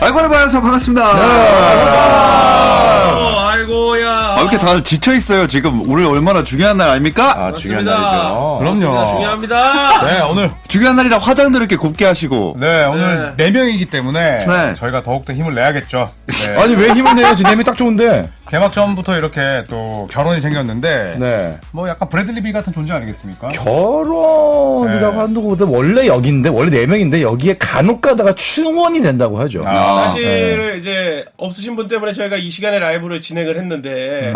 알고를 봐서 반갑습니다. 어, 아이고야. 아, 왜 이렇게 다들 지쳐있어요, 지금. 오늘 얼마나 중요한 날 아닙니까? 아, 중요한 맞습니다. 날이죠. 맞습니다. 그럼요. 중요합니다. 네, 오늘, 중요한 날이라 화장도 이렇게 곱게 하시고. 네, 오늘 네 명이기 때문에 네. 저희가 더욱더 힘을 내야겠죠. 네. 아니 왜 힘을 내요? 지금 내면 딱 좋은데. 개막전부터 이렇게 또 결혼이 생겼는데 네. 뭐 약간 브래들리 빌 같은 존재 아니겠습니까? 결혼이라고 네. 하는 것보다 원래 여기인데 원래 네 명인데 여기에 간혹 가다가 충원이 된다고 하죠. 아, 사실 이제 없으신 분 때문에 저희가 이 시간에 라이브를 진행을 했는데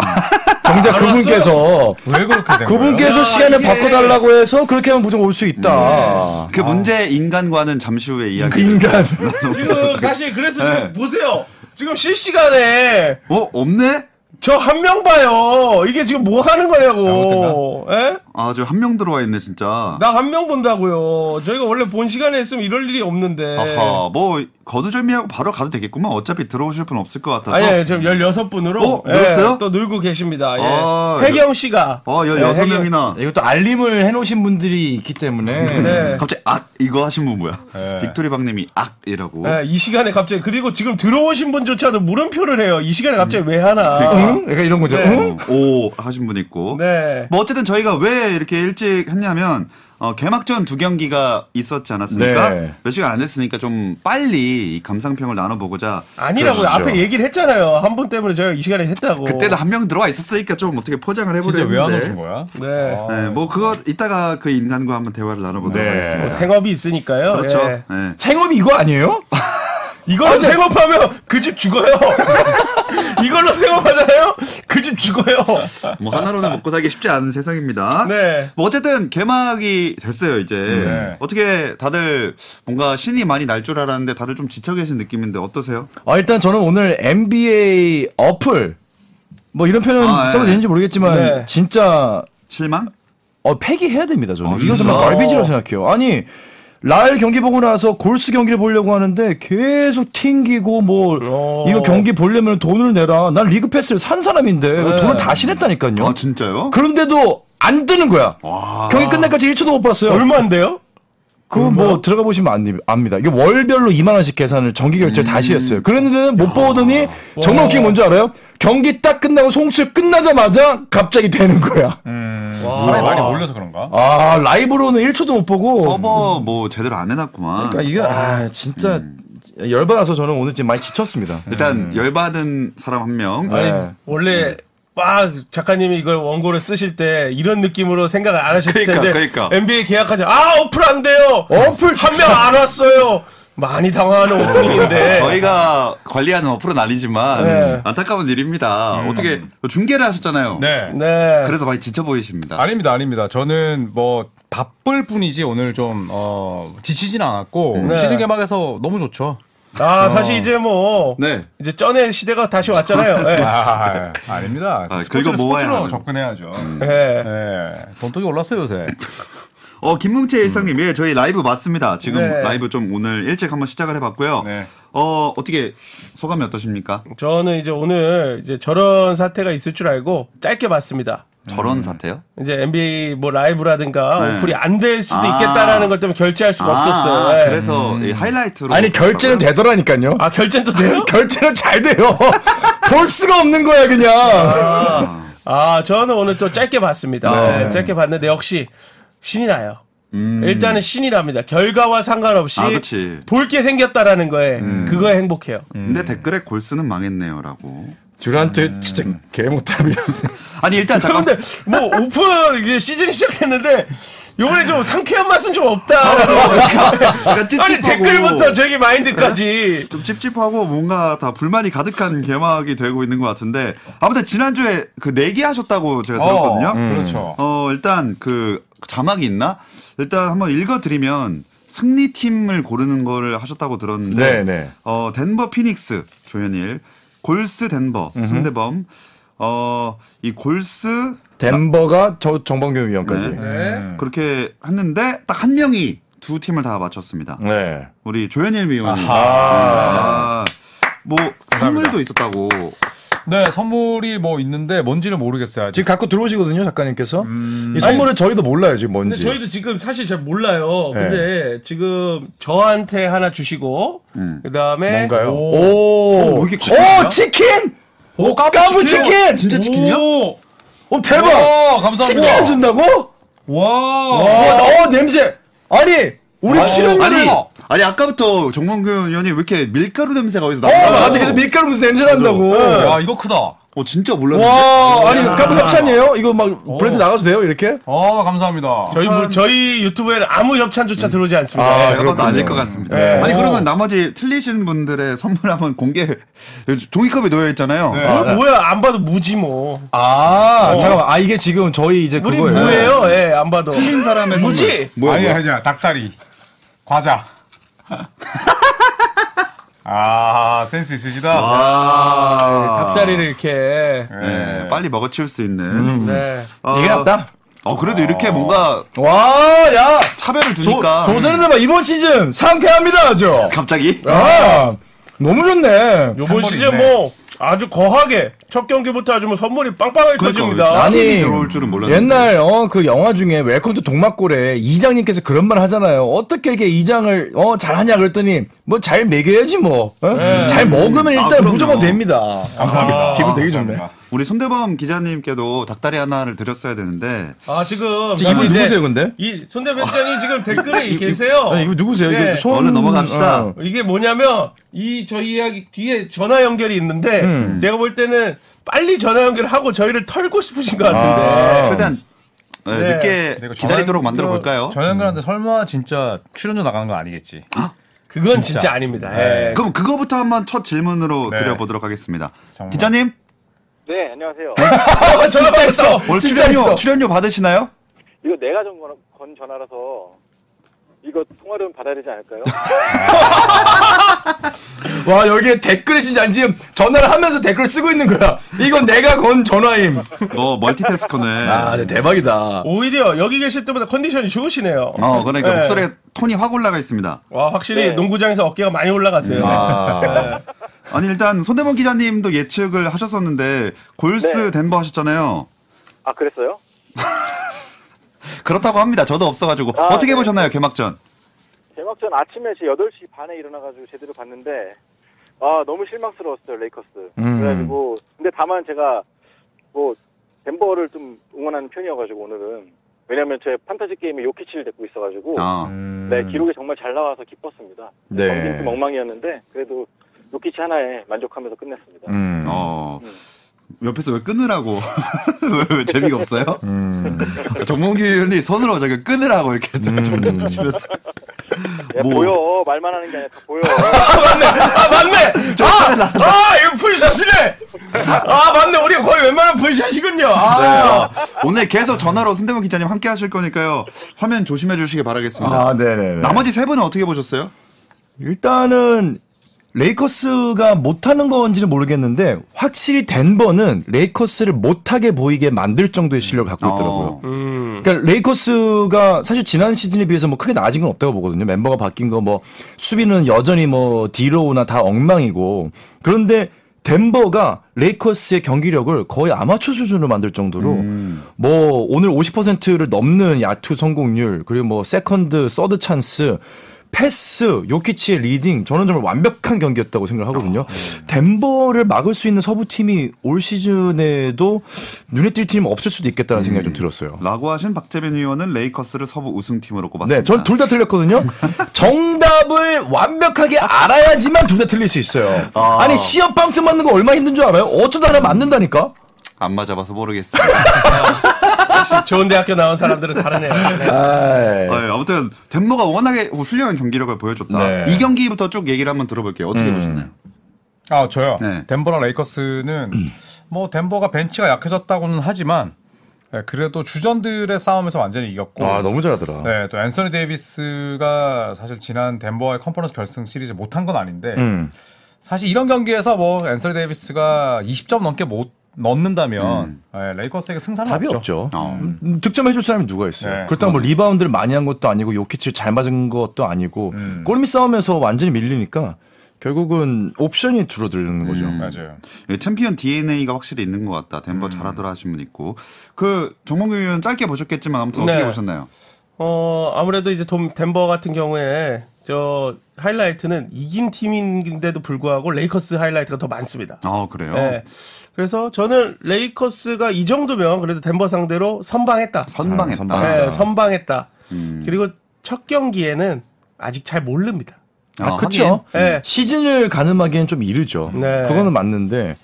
정작 안 그분께서 네. 왜 그렇게 된 거예요? 그분께서 야, 시간을 이게- 바꿔달라고 해서 그렇게 하면 무조건 올 수 있다. 그 문제 인간과는 잠시 후에 이야기. 그 인간. 지금 사실 그래서 음. 네. 지금 보세요. 지금 실시간에 어, 없네? 저 한 명 봐요. 이게 지금 뭐 하는 거냐고. 예? 아, 저 한 명 들어와 있네, 진짜. 나 한 명 본다고요. 저희가 원래 본 시간에 했으면 이럴 일이 없는데. 아하, 뭐, 거두절미하고 바로 가도 되겠구만. 어차피 들어오실 분 없을 것 같아서. 아니, 예, 지금 16분으로. 예, 어, 늘었어요? 또 늘고 계십니다. 예. 아, 혜경 씨가. 어, 예, 혜경- 16명이나. 네. 이것도 알림을 해놓으신 분들이 있기 때문에. 네. 갑자기 악, 이거 하신 분 뭐야? 네. 빅토리 박님이 악이라고. 예, 이 시간에 갑자기 그리고 지금 들어오신 분조차도 물음표를 해요. 이 시간에 갑자기 왜 하나? 그러니까. 응? 약간 이런 거죠. 네. 응? 어, 오, 하신 분 있고. 네. 뭐 어쨌든 저희가 왜 이렇게 일찍 했냐면 어, 개막전 두 경기가 있었지 않았습니까? 네. 몇 시간 안 됐으니까 좀 빨리 이 감상평을 나눠보고자 아니라고요. 그러시죠. 앞에 얘기를 했잖아요. 한 분 때문에 저희가 이 시간에 했다고. 그때도 한 명 들어와 있었으니까 좀 어떻게 포장을 해보려 뭐. 진짜 왜 안 했는데. 오신 거야? 네. 네, 뭐 그거 이따가 그 인간과 한번 대화를 나눠보도록 네. 하겠습니다. 뭐 생업이 있으니까요. 그렇죠. 아, 예. 네. 생업이 이거 아니에요? 이걸로 아, 생업하면 그 집 죽어요. 이걸로 생업하잖아요. 그 집 죽어요. 아. 뭐 하나로는 먹고 살기 쉽지 않은 세상입니다. 네. 뭐 어쨌든 개막이 됐어요 이제. 네. 어떻게 다들 뭔가 신이 많이 날 줄 알았는데 다들 좀 지쳐 계신 느낌인데 어떠세요? 아, 일단 저는 오늘 NBA 어플 뭐 이런 표현 아, 써도 예. 되는지 모르겠지만 네. 진짜 실망? 어 폐기해야 됩니다 저는 아, 이건 진짜? 정말 걸비지라고 생각해요 아니 라엘 경기 보고 나서 골스 경기를 보려고 하는데 계속 튕기고 뭐 어. 이거 경기 보려면 돈을 내라 난 리그 패스를 산 사람인데 이거 돈을 다 실했다니까요 네. 아 진짜요? 그런데도 안 뜨는 거야 경기 끝날까지 1초도 못 봤어요 얼마인데요? 그거 뭐 들어가 보시면 안, 압니다 이게 월별로 2만 원씩 계산을 정기 결제를 음. 다시 했어요 그랬는데 못 보더니 정말 웃긴 게 뭔지 알아요? 경기 딱 끝나고 송출 끝나자마자 갑자기 되는 거야 네. 음, 사람이 많이 몰려서 그런가? 아 라이브로는 1초도 못 보고 서버 뭐 제대로 안 해놨구만. 그러니까 이게 아 진짜 열받아서 저는 오늘 지금 많이 지쳤습니다. 일단 열받은 사람 한 명. 아니, 네. 음. 원래 막 작가님이 이걸 원고를 쓰실 때 이런 느낌으로 생각을 안 하셨을 그러니까, 텐데 그러니까. NBA 계약하자. 아 어플 안 돼요. 어플 한 명 안 왔어요. 많이 당황하는 오프닝인데. 저희가 관리하는 어플은 아니지만 네. 안타까운 일입니다. 어떻게 중계를 하셨잖아요. 네. 네. 그래서 많이 지쳐 보이십니다. 아닙니다, 아닙니다. 저는 뭐 바쁠 뿐이지 오늘 좀 어, 지치진 않았고 네. 시즌 개막에서 너무 좋죠. 아 사실 이제 뭐 어. 네. 이제 쩐의 시대가 다시 왔잖아요. 예. 아, 아닙니다. 아, 스포츠로, 긁어 모아야 스포츠로 하는. 접근해야죠. 예. 네, 돈독이 올랐어요 요새. 어 김뭉채 일상님, 예, 저희 라이브 맞습니다. 지금 네. 라이브 좀 오늘 일찍 한번 시작을 해봤고요. 네. 어 어떻게 소감이 어떠십니까? 저는 이제 오늘 이제 저런 사태가 있을 줄 알고 짧게 봤습니다. 저런 사태요? 이제 NBA 뭐 라이브라든가 네. 어플이 안 될 수도 아. 있겠다라는 것 때문에 결제할 수가 없었어요. 예. 그래서 이 하이라이트로 아니 결제는 되더라니까요. 아 결제는 또 돼요? 결제는 잘 돼요. 볼 수가 없는 거야 그냥. 아 저는 오늘 또 짧게 봤습니다. 네, 짧게 봤는데 역시 신이 나요. 일단은 신이 납니다. 결과와 상관없이 아, 그치. 볼 게 생겼다라는 거에 그거에 행복해요. 근데 댓글에 골스는 망했네요라고. 듀란트 진짜 개 못함이야. 아니 일단 잠깐. 근데 뭐 오픈 이제 시즌이 시작됐는데 요번에 좀 상쾌한 맛은 좀 없다. 약간 찝찝하고. 아니 댓글부터 저기 마인드까지. 좀 찝찝하고 뭔가 다 불만이 가득한 개막이 되고 있는 것 같은데 아무튼 지난주에 그 내기 하셨다고 제가 들었거든요. 어, 그렇죠. 어, 일단 그 자막이 있나? 일단 한번 읽어드리면 승리팀을 고르는 거를 하셨다고 들었는데, 네, 네. 어, 덴버 피닉스, 조현일, 골스 덴버, 손대범, 어, 이 골스 음. 덴버가 저 정범규 위원까지. 네. 네. 그렇게 했는데 딱 한 명이 두 팀을 다 맞췄습니다. 네. 우리 조현일 위원이. 아, 뭐 선물도 있었다고 네, 선물이 뭐 있는데 뭔지는 모르겠어요. 아직. 지금 갖고 들어오시거든요, 작가님께서. 이 선물을 음. 저희도 몰라요, 지금 근데 뭔지. 저희도 지금 사실 잘 몰라요. 네. 근데 지금 저한테 하나 주시고 그다음에 뭔가요? 어, 뭐 오, 오, 이렇게 치킨이야? 치킨! 오, 까부 까부 치킨! 치킨! 진짜 치킨이야? 오! 오, 대박! 와, 어, 감사합니다. 치킨을 준다고? 와. 와, 어, 냄새! 아니, 우리 출연료를. 아니, 어, 아니 아까부터 정몽규 의원이 왜 이렇게 밀가루 냄새가 어디서 나는 맞아. 계속 밀가루 무슨 냄새 난다고. 야, 네. 아, 이거 크다. 어 진짜 몰랐는데. 와, 아니, 까부 협찬이에요? 이거 막 브랜드 나가도 돼요, 이렇게? 아, 감사합니다. 저희 물- 저희 유튜브에는 아무 협찬조차 들어오지 않습니다. 아, 예. 아, 그것도 그렇군요. 아닐 것 같습니다. 네. 아니 그러면 나머지 틀리신 분들의 선물 한번 공개. 종이컵에 놓여 있잖아요. 네. 뭘 뭐야 안 봐도 무지 뭐. 아, 잠깐만. 아, 이게 지금 저희 이제 우리 그거예요. 네. 무예요. 예, 안 봐도. 틀린 사람의 선물. 무지? 뭐야? 아니, 뭐야? 아니야. 닭다리. 과자. 아, 센스 있으시다. 아, 네, 닭다리를 이렇게. 네, 빨리 먹어치울 수 있는. 네. 어, 음. 이게 낫다? 어 그래도 이렇게 뭔가 와, 야! 차별을 조, 두니까. 조선은 막 이번 시즌 상쾌합니다, 아주. 갑자기. 아, 너무 좋네. 요번 선물이 시즌 있네. 뭐 아주 거하게 첫 경기부터 아주 뭐 선물이 빵빵하게 그러니까 터집니다. 아니, 아니 들어올 줄은 몰랐는데. 옛날 어 그 영화 중에 웰컴 투 동막골에 이장님께서 그런 말 하잖아요. 어떻게 이렇게 이장을 어 잘하냐 그랬더니 뭐 잘 먹여야지 뭐. 어? 잘 먹으면 아, 일단 그럼요. 무조건 됩니다. 아, 감사합니다. 기분 되게 좋네. 우리 손대범 기자님께도 닭다리 하나를 드렸어야 되는데 아 지금 지금 사실 이분 이제 누구세요, 근데? 이 손대배 기자님 지금 댓글에 계세요. 아니, 이거 누구세요? 네. 이거 손 얼른 넘어갑시다. 어. 이게 뭐냐면 이 저희 이야기 뒤에 전화 연결이 있는데 음. 제가 볼 때는 빨리 전화 연결하고 저희를 털고 싶으신 것 아, 같은데. 최대한 네, 네. 늦게 기다리도록 만들어 볼까요? 음. 전현근한테 설마 진짜 출연료 나가는 거 아니겠지? 그건 진짜, 진짜. 아닙니다. 네. 예. 그럼 그거부터 한번 첫 질문으로 네. 드려보도록 하겠습니다. 정말. 기자님 네, 안녕하세요. 아, 진짜 있어. 오늘 진짜 출연료 있어. 출연료 받으시나요? 이거 내가 좀 건, 건 전화라서 이거 통화료 좀 받아야 되지 않을까요? 와 여기에 댓글이 진짜 아니, 지금 전화를 하면서 댓글 을 쓰고 있는 거야. 이건 내가 건 전화임. 어 멀티태스커네. 아 근데 대박이다. 오히려 여기 계실 때보다 컨디션이 아, 좋으시네요. 어 그러니까 네. 목소리 톤이 확 올라가 있습니다. 와 확실히 네. 농구장에서 어깨가 많이 올라갔어요. 아. 아니 일단 손대범 기자님도 예측을 하셨었는데 골스 네. 덴버 하셨잖아요. 아, 그랬어요? 그렇다고 합니다. 저도 없어가지고 아, 어떻게 네. 보셨나요 개막전? 개막전 아침에 제 8시 반에 일어나가지고 제대로 봤는데 아, 너무 실망스러웠어요, 레이커스. 그래가지고 근데 다만 제가 뭐 덴버를 좀 응원하는 편이어가지고 오늘은 왜냐면 제 판타지 게임에 요키치를 데리고 있어가지고 아 네, 기록이 정말 잘 나와서 기뻤습니다. 네. 경기는 좀 엉망이었는데 그래도 요키치 하나에 만족하면서 끝냈습니다. 음. 어. 옆에서 왜 끊으라고? 왜, 왜 재미가 없어요? 음. 음. 정몽규 의원이 손으로 저기 끊으라고 이렇게 음. 정리도 치면서. 야, 뭐. 예, 보여. 말만 하는 게 아니라 다 보여. 맞네. 아 맞네. 아, 아 이거 풀샷이네. 아 맞네. 우리가 거의 웬만한 풀샷이군요. 아. 오늘 계속 전화로 손대문 기자님 함께 하실 거니까요. 화면 조심해 주시기 바라겠습니다. 아 네네네. 나머지 세 분은 어떻게 보셨어요? 일단은 레이커스가 못하는 건지는 모르겠는데 확실히 덴버는 레이커스를 못하게 보이게 만들 정도의 실력을 갖고 있더라고요. 어. 그러니까 레이커스가 사실 지난 시즌에 비해서 뭐 크게 나아진 건 없다고 보거든요. 멤버가 바뀐 거 뭐 수비는 여전히 뭐 디로우나 다 엉망이고 그런데 덴버가 레이커스의 경기력을 거의 아마추어 수준으로 만들 정도로 뭐 오늘 50%를 넘는 야투 성공률 그리고 뭐 세컨드, 서드 찬스 패스, 요키치의 리딩, 저는 정말 완벽한 경기였다고 생각하거든요. 덴버를 막을 수 있는 서부 팀이 올 시즌에도 눈에 띌 팀은 없을 수도 있겠다는 생각이 좀 들었어요. 라고 하신 박재민 의원은 레이커스를 서부 우승팀으로 꼽았습니다. 네, 전 둘 다 틀렸거든요. 정답을 완벽하게 알아야지만 둘 다 틀릴 수 있어요. 아. 아니 시험 빵점 맞는 거 얼마 힘든 줄 알아요? 어쩌다 하나 맞는다니까. 안 맞아봐서 모르겠습니다. 역시 좋은 대학교 나온 사람들은 다르네요. 네. 네, 아무튼 덴버가 워낙에 훌륭한 경기력을 보여줬다. 네. 음. 이 경기부터 쭉 얘기를 한번 들어볼게요. 어떻게 보셨나요? 아 저요. 네. 덴버랑 레이커스는 음. 뭐 덴버가 벤치가 약해졌다고는 하지만 예, 그래도 주전들의 싸움에서 완전히 이겼고. 아, 너무 잘하더라. 네, 또 앤서니 데이비스가 사실 지난 덴버와의 컨퍼런스 결승 시리즈 못한 건 아닌데 음. 사실 이런 경기에서 뭐 앤서니 데이비스가 20점 넘게 못 넣는다면 예, 레이커스에게 승산은 음. 답이 없죠. 없죠. 어. 음, 득점해줄 사람이 누가 있어요? 네, 그렇다고 뭐 리바운드를 많이 한 것도 아니고 요키치를 잘 맞은 것도 아니고 골밑 싸움에서 완전히 밀리니까 결국은 옵션이 줄어드는 거죠. 맞아요. 예, 챔피언 DNA가 확실히 있는 것 같다. 덴버 잘하더라 하신 분 있고. 그 정몽규 의원 짧게 보셨겠지만 아무튼 어떻게 네. 보셨나요? 어, 아무래도 이제 돔, 덴버 같은 경우에 저 하이라이트는 이긴 팀인데도 불구하고 레이커스 하이라이트가 더 많습니다. 아 그래요. 네. 그래서 저는 레이커스가 이 정도면 그래도 덴버 상대로 선방했다. 음. 선방했다. 네, 선방했다. 그리고 첫 경기에는 아직 잘 모릅니다. 아, 아, 그쵸. 예. 시즌을 가늠하기엔 좀 이르죠. 네. 그거는 맞는데,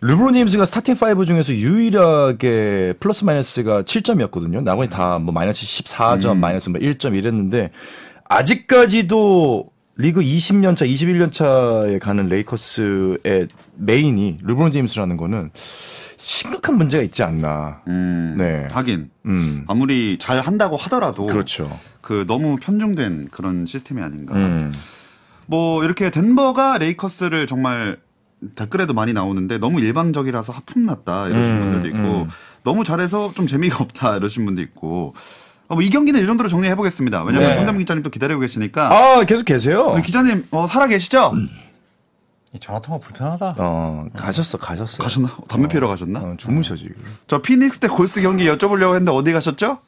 르브론 제임스가 스타팅 5 중에서 유일하게 플러스 마이너스가 7점이었거든요. 나머지 다 뭐 마이너스 14점, 마이너스 뭐 1점 이랬는데, 아직까지도 리그 20년차, 21년차에 가는 레이커스의 메인이 르브론 제임스라는 거는 심각한 문제가 있지 않나. 음, 네. 하긴 음. 아무리 잘 한다고 하더라도 그렇죠. 그 너무 편중된 그런 시스템이 아닌가. 음. 뭐 이렇게 덴버가 레이커스를 정말 댓글에도 많이 나오는데 너무 일방적이라서 하품 났다 이러신 음, 분들도 있고 너무 잘해서 좀 재미가 없다 이러신 분도 있고 어, 뭐이 경기는 이 정도로 정리해 보겠습니다. 왜냐하면 네. 정담 기자님 또 기다리고 계시니까 아, 계속 계세요? 음. 네. 우리 기자님 어, 살아 계시죠? 이 전화 통화 불편하다. 어, 가셨어, 가셨어. 가셨나? 담배 피러 가셨나? 어, 주무셔, 지금. 저 피닉스 대 골스 경기 여쭤보려고 했는데 어디 가셨죠?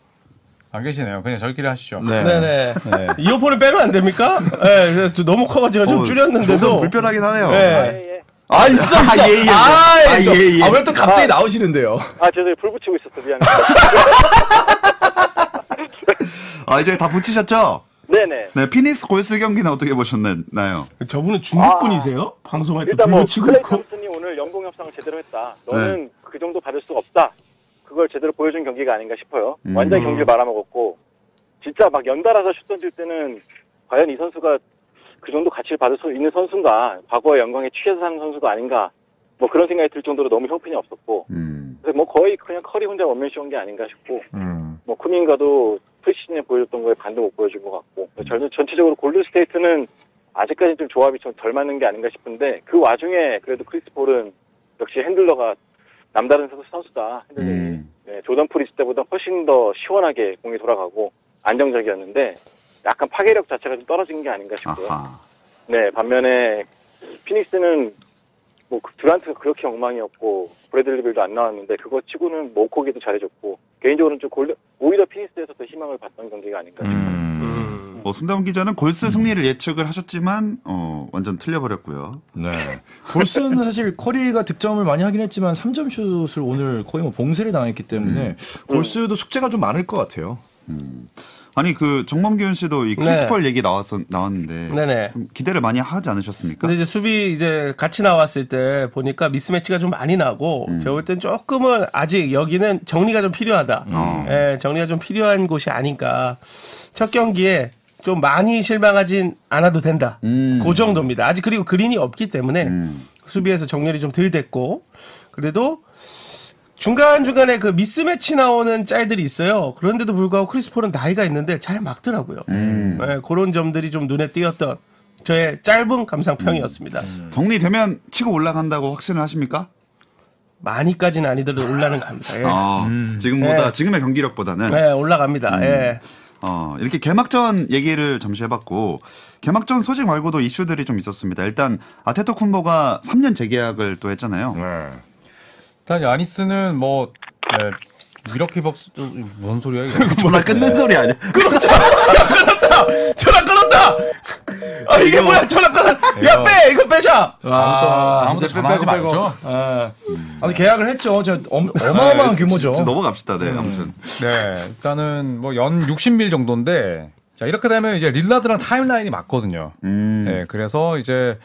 안 계시네요. 그냥 저희끼리 하시죠. 네네. 이어폰을 빼면 안 됩니까? 예, 그래서 저 너무 커가지고 좀 어, 줄였는데도. 조금 불편하긴 하네요. 예. 예, 예. 아 있어 있어 아, 예, 예. 아, 아, 예, 예, 예. 아, 왜 또 갑자기 나오시는데요 아, 죄송해요. 불 붙이고 있었어. 미안해요. 아 이제 다 붙이셨죠? 네네. 네, 피닉스 골스 경기는 어떻게 보셨나요? 저분은 중국분이세요? 방송할 때 일단 뭐 불붙이고 클레이 있고. 탐슨이 오늘 연봉 협상을 제대로 했다. 너는 그 정도 받을 수가 없다. 그걸 제대로 보여준 경기가 아닌가 싶어요. 음. 완전히 경기를 말아먹었고 진짜 막 연달아서 슛 던질 때는 과연 이 선수가 그 정도 가치를 받을 수 있는 선수인가 과거의 영광에 취해서 사는 선수가 아닌가 뭐 그런 생각이 들 정도로 너무 형편이 없었고 음. 그래서 뭐 거의 그냥 커리 혼자 원맨쇼인 게 아닌가 싶고 음. 뭐 쿠민가도 프리시즌에 보여줬던 거에 반도 못 보여준 것 같고 저는 전체적으로 골든스테이트는 아직까지 좀 조합이 좀 덜 맞는 게 아닌가 싶은데 그 와중에 그래도 크리스 폴은 역시 핸들러가 남다른 선수- 선수다 핸들러 음. 네, 조던 프리스 때보다 훨씬 더 시원하게 공이 돌아가고 안정적이었는데 약간 파괴력 자체가 좀 떨어진 게 아닌가 싶고요 아하. 네, 반면에 피닉스는 뭐 드란트가 그렇게 엉망이었고 브래들리빌도 안 나왔는데 그거 치고는 모코기도 잘해줬고 개인적으로는 좀 골드, 오히려 피닉스에서 더 희망을 봤던 경기가 음. 아닌가 싶어요. 어, 손담 기자는 골스 승리를 예측을 하셨지만 어, 완전 틀려버렸고요. 네 골스는 사실 커리가 득점을 많이 하긴 했지만 3점 슛을 오늘 거의 뭐 봉쇄를 당했기 때문에 골스도 숙제가 좀 많을 것 같아요 아니 그 정범균 씨도 이 크리스펄 얘기 나왔어 나왔는데 네네. 네. 좀 기대를 많이 하지 않으셨습니까? 근데 이제 수비 이제 같이 나왔을 때 보니까 미스매치가 좀 많이 나고 음. 제가 볼 땐 조금은 아직 여기는 정리가 좀 필요하다. 어. 예, 정리가 좀 필요한 곳이 아닌가. 첫 경기에 좀 많이 실망하진 않아도 된다. 음. 그 정도입니다. 아직 그리고 그린이 없기 때문에 음. 수비에서 정렬이 좀 덜 됐고 그래도 중간 중간에 그 미스매치 나오는 짤들이 있어요. 그런데도 불구하고 크리스폴은 나이가 있는데 잘 막더라고요. 음. 예, 그런 점들이 좀 눈에 띄었던 저의 짧은 감상평이었습니다. 음. 정리되면 치고 올라간다고 확신을 하십니까? 많이까지는 아니더라도 올라는 갑니다. 예. 어, 지금보다 네. 지금의 경기력보다는 예, 올라갑니다. 음. 예. 어, 이렇게 개막전 얘기를 잠시 해봤고 개막전 소식 말고도 이슈들이 좀 있었습니다. 일단 아테토 쿤보가 3년 재계약을 또 했잖아요. 일단 야니스는 뭐 네, 이렇게 박스 뭔 소리야 이거? 졸라 끝낸 소리 아니야? 전화 끊었다! 아, 이게 뭐야, 전화 끊었다! 야, 빼! 이거 빼자! 아, 아무도 전화하지 말죠. 아, 아무튼 계약을 했죠 저 엄, 예. 어마어마한 규모죠 이제 넘어갑시다. 네, 아무튼. 네, 일단은 뭐 연 60밀 정도인데 자 이렇게 되면 이제 릴라드랑 타임라인이 맞거든요. 음. 네, 그래서 이제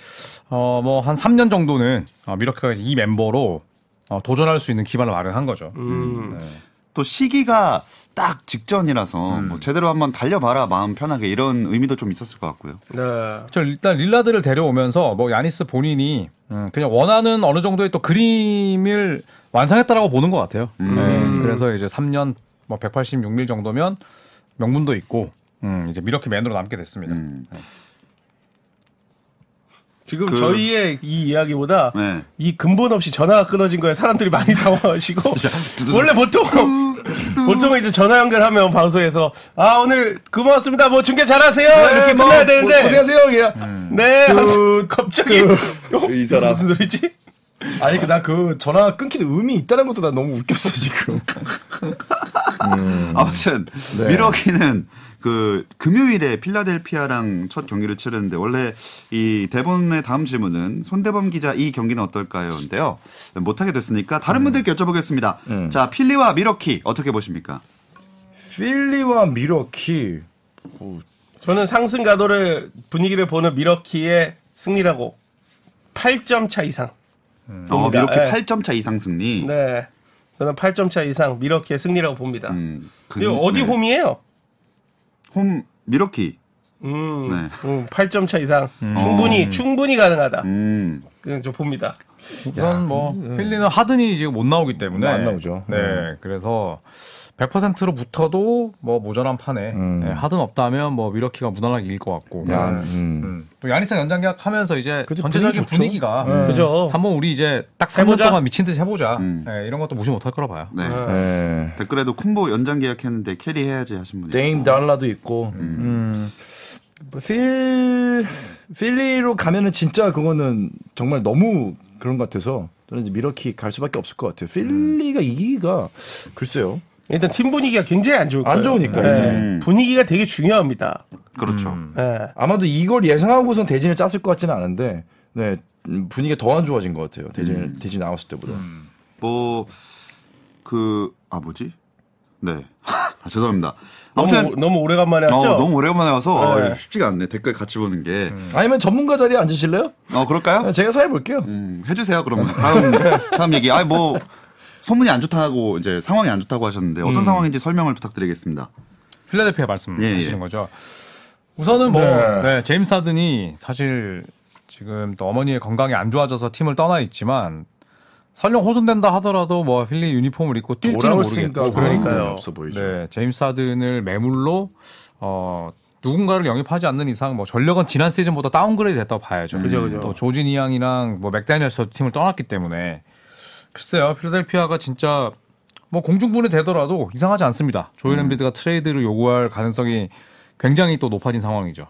어 뭐 한 3년 정도는 어, 미러키가 이제 이 멤버로 어, 도전할 수 있는 기반을 마련한 거죠. 음. 음. 또 시기가 딱 직전이라서 음. 뭐 제대로 한번 달려봐라 마음 편하게 이런 의미도 좀 있었을 것 같고요. 네. 저 그렇죠. 일단 릴라드를 데려오면서 뭐 야니스 본인이 음, 그냥 원하는 어느 정도의 또 그림을 완성했다라고 보는 것 같아요. 네, 그래서 이제 3년 뭐 186밀 정도면 명분도 있고 음, 이제 미러키 맨으로 남게 됐습니다. 음. 지금 그- 저희의 이 이야기보다 네. 이 근본 없이 전화가 끊어진 거에 사람들이 많이 당황하시고 원래 보통 보통은 이제 전화 연결하면 방송에서 아 오늘 고맙습니다 뭐 중계 잘하세요 이렇게 뭐, 끝나야 되는데 고생하세요. 그냥. 네 하면서 갑자기 어? 이 사람. 무슨 소리지? 아니 그나그 전화 끊기는 음이 있다는 것도 난 너무 웃겼어 지금. 음. 아무튼 네. 미러키는 그 금요일에 필라델피아랑 첫 경기를 치르는데 원래 이 대본의 다음 질문은 손대범 기자 이 경기는 어떨까요?인데요 못하게 됐으니까 음. 다른 분들께 여쭤보겠습니다. 자 필리와 미러키 어떻게 보십니까? 필리와 미러키. 저는 상승 가도를 분위기를 보는 미러키의 승리라고 8점 차 이상 어, 봅니다. 미러키 예. 8점 차 이상 승리. 네 저는 8점 차 이상 미러키의 승리라고 봅니다. 음, 그- 이거 어디 네. 홈이에요? 홈 미러키. 음, 네. 음, 8점 차 이상 충분히 충분히 가능하다. 음. 그냥 저 봅니다. 우선 뭐 필리는 하든이 지금 못 나오기 때문에 뭐안 나오죠. 음. 네, 그래서 100%로 붙어도 뭐 모자란 판에 음. 네, 하든 없다면 뭐 미러키가 무난하게 이길 것 같고. 야, 음. 음. 또 야니스 연장 계약하면서 이제 그죠, 전체적인 분위기 분위기 좋죠. 가 네. 그죠. 한번 우리 이제 딱 3년 해보자. 동안 미친 듯이 해보자. 음. 네, 이런 것도 무시 못할 거라 봐요. 네. 어. 네. 댓글에도 콤보 연장 계약했는데 캐리 해야지 하신 분이. 데임 달라도 있고. 음. 뭐 필, 필리로 가면은 진짜 그거는 정말 너무 그런 것 같아서 저는 이제 미러키 갈 수밖에 없을 것 같아요. 음. 필리가 이기기가 글쎄요. 일단 팀 분위기가 굉장히 안 좋을 거예요. 안 좋으니까, 네. 음. 분위기가 되게 중요합니다. 그렇죠. 네. 아마도 이걸 예상하고선 대진을 짰을 것 같지는 않은데, 네. 음, 분위기가 더 안 좋아진 것 같아요. 대진, 음. 대진 나왔을 때보다. 뭐, 뭐그아 뭐지? 네. 아, 죄송합니다. 아무튼 너무, 너무 오래간만에 어, 왔죠? 너무 오랜만에 와서 네. 음. 어, 쉽지가 않네. 댓글 같이 보는 게. 아니면 전문가 자리에 앉으실래요? 네, 어, 네. 그럴까요? 제가 사회볼게요. 음, 해주세요, 그러면. 다음, 다음 얘기. 아, 뭐, 소문이 안 좋다고, 이제 상황이 안 좋다고 하셨는데, 음. 어떤 상황인지 설명을 부탁드리겠습니다. 필라델피아 말씀하시는 예, 예. 거죠. 우선은 뭐 네. 네, 제임스 하든이 사실 지금 또 어머니의 건강이 안 좋아져서 팀을 떠나 있지만 설령 호전된다 하더라도 뭐 필리 유니폼을 입고 뛸지는 돌아올 모르겠고 생각은 그러니까요. 없어 보이죠. 네, 제임스 하든을 매물로 어 누군가를 영입하지 않는 이상 뭐 전력은 지난 시즌보다 다운그레이드 됐다고 봐야죠. 그죠, 그죠. 또 조진이 양이랑 뭐 맥다니엘스도 팀을 떠났기 때문에 글쎄요. 필라델피아가 진짜 뭐 공중분해 되더라도 이상하지 않습니다. 조엘 엠비드가 트레이드를 요구할 가능성이 굉장히 또 높아진 상황이죠.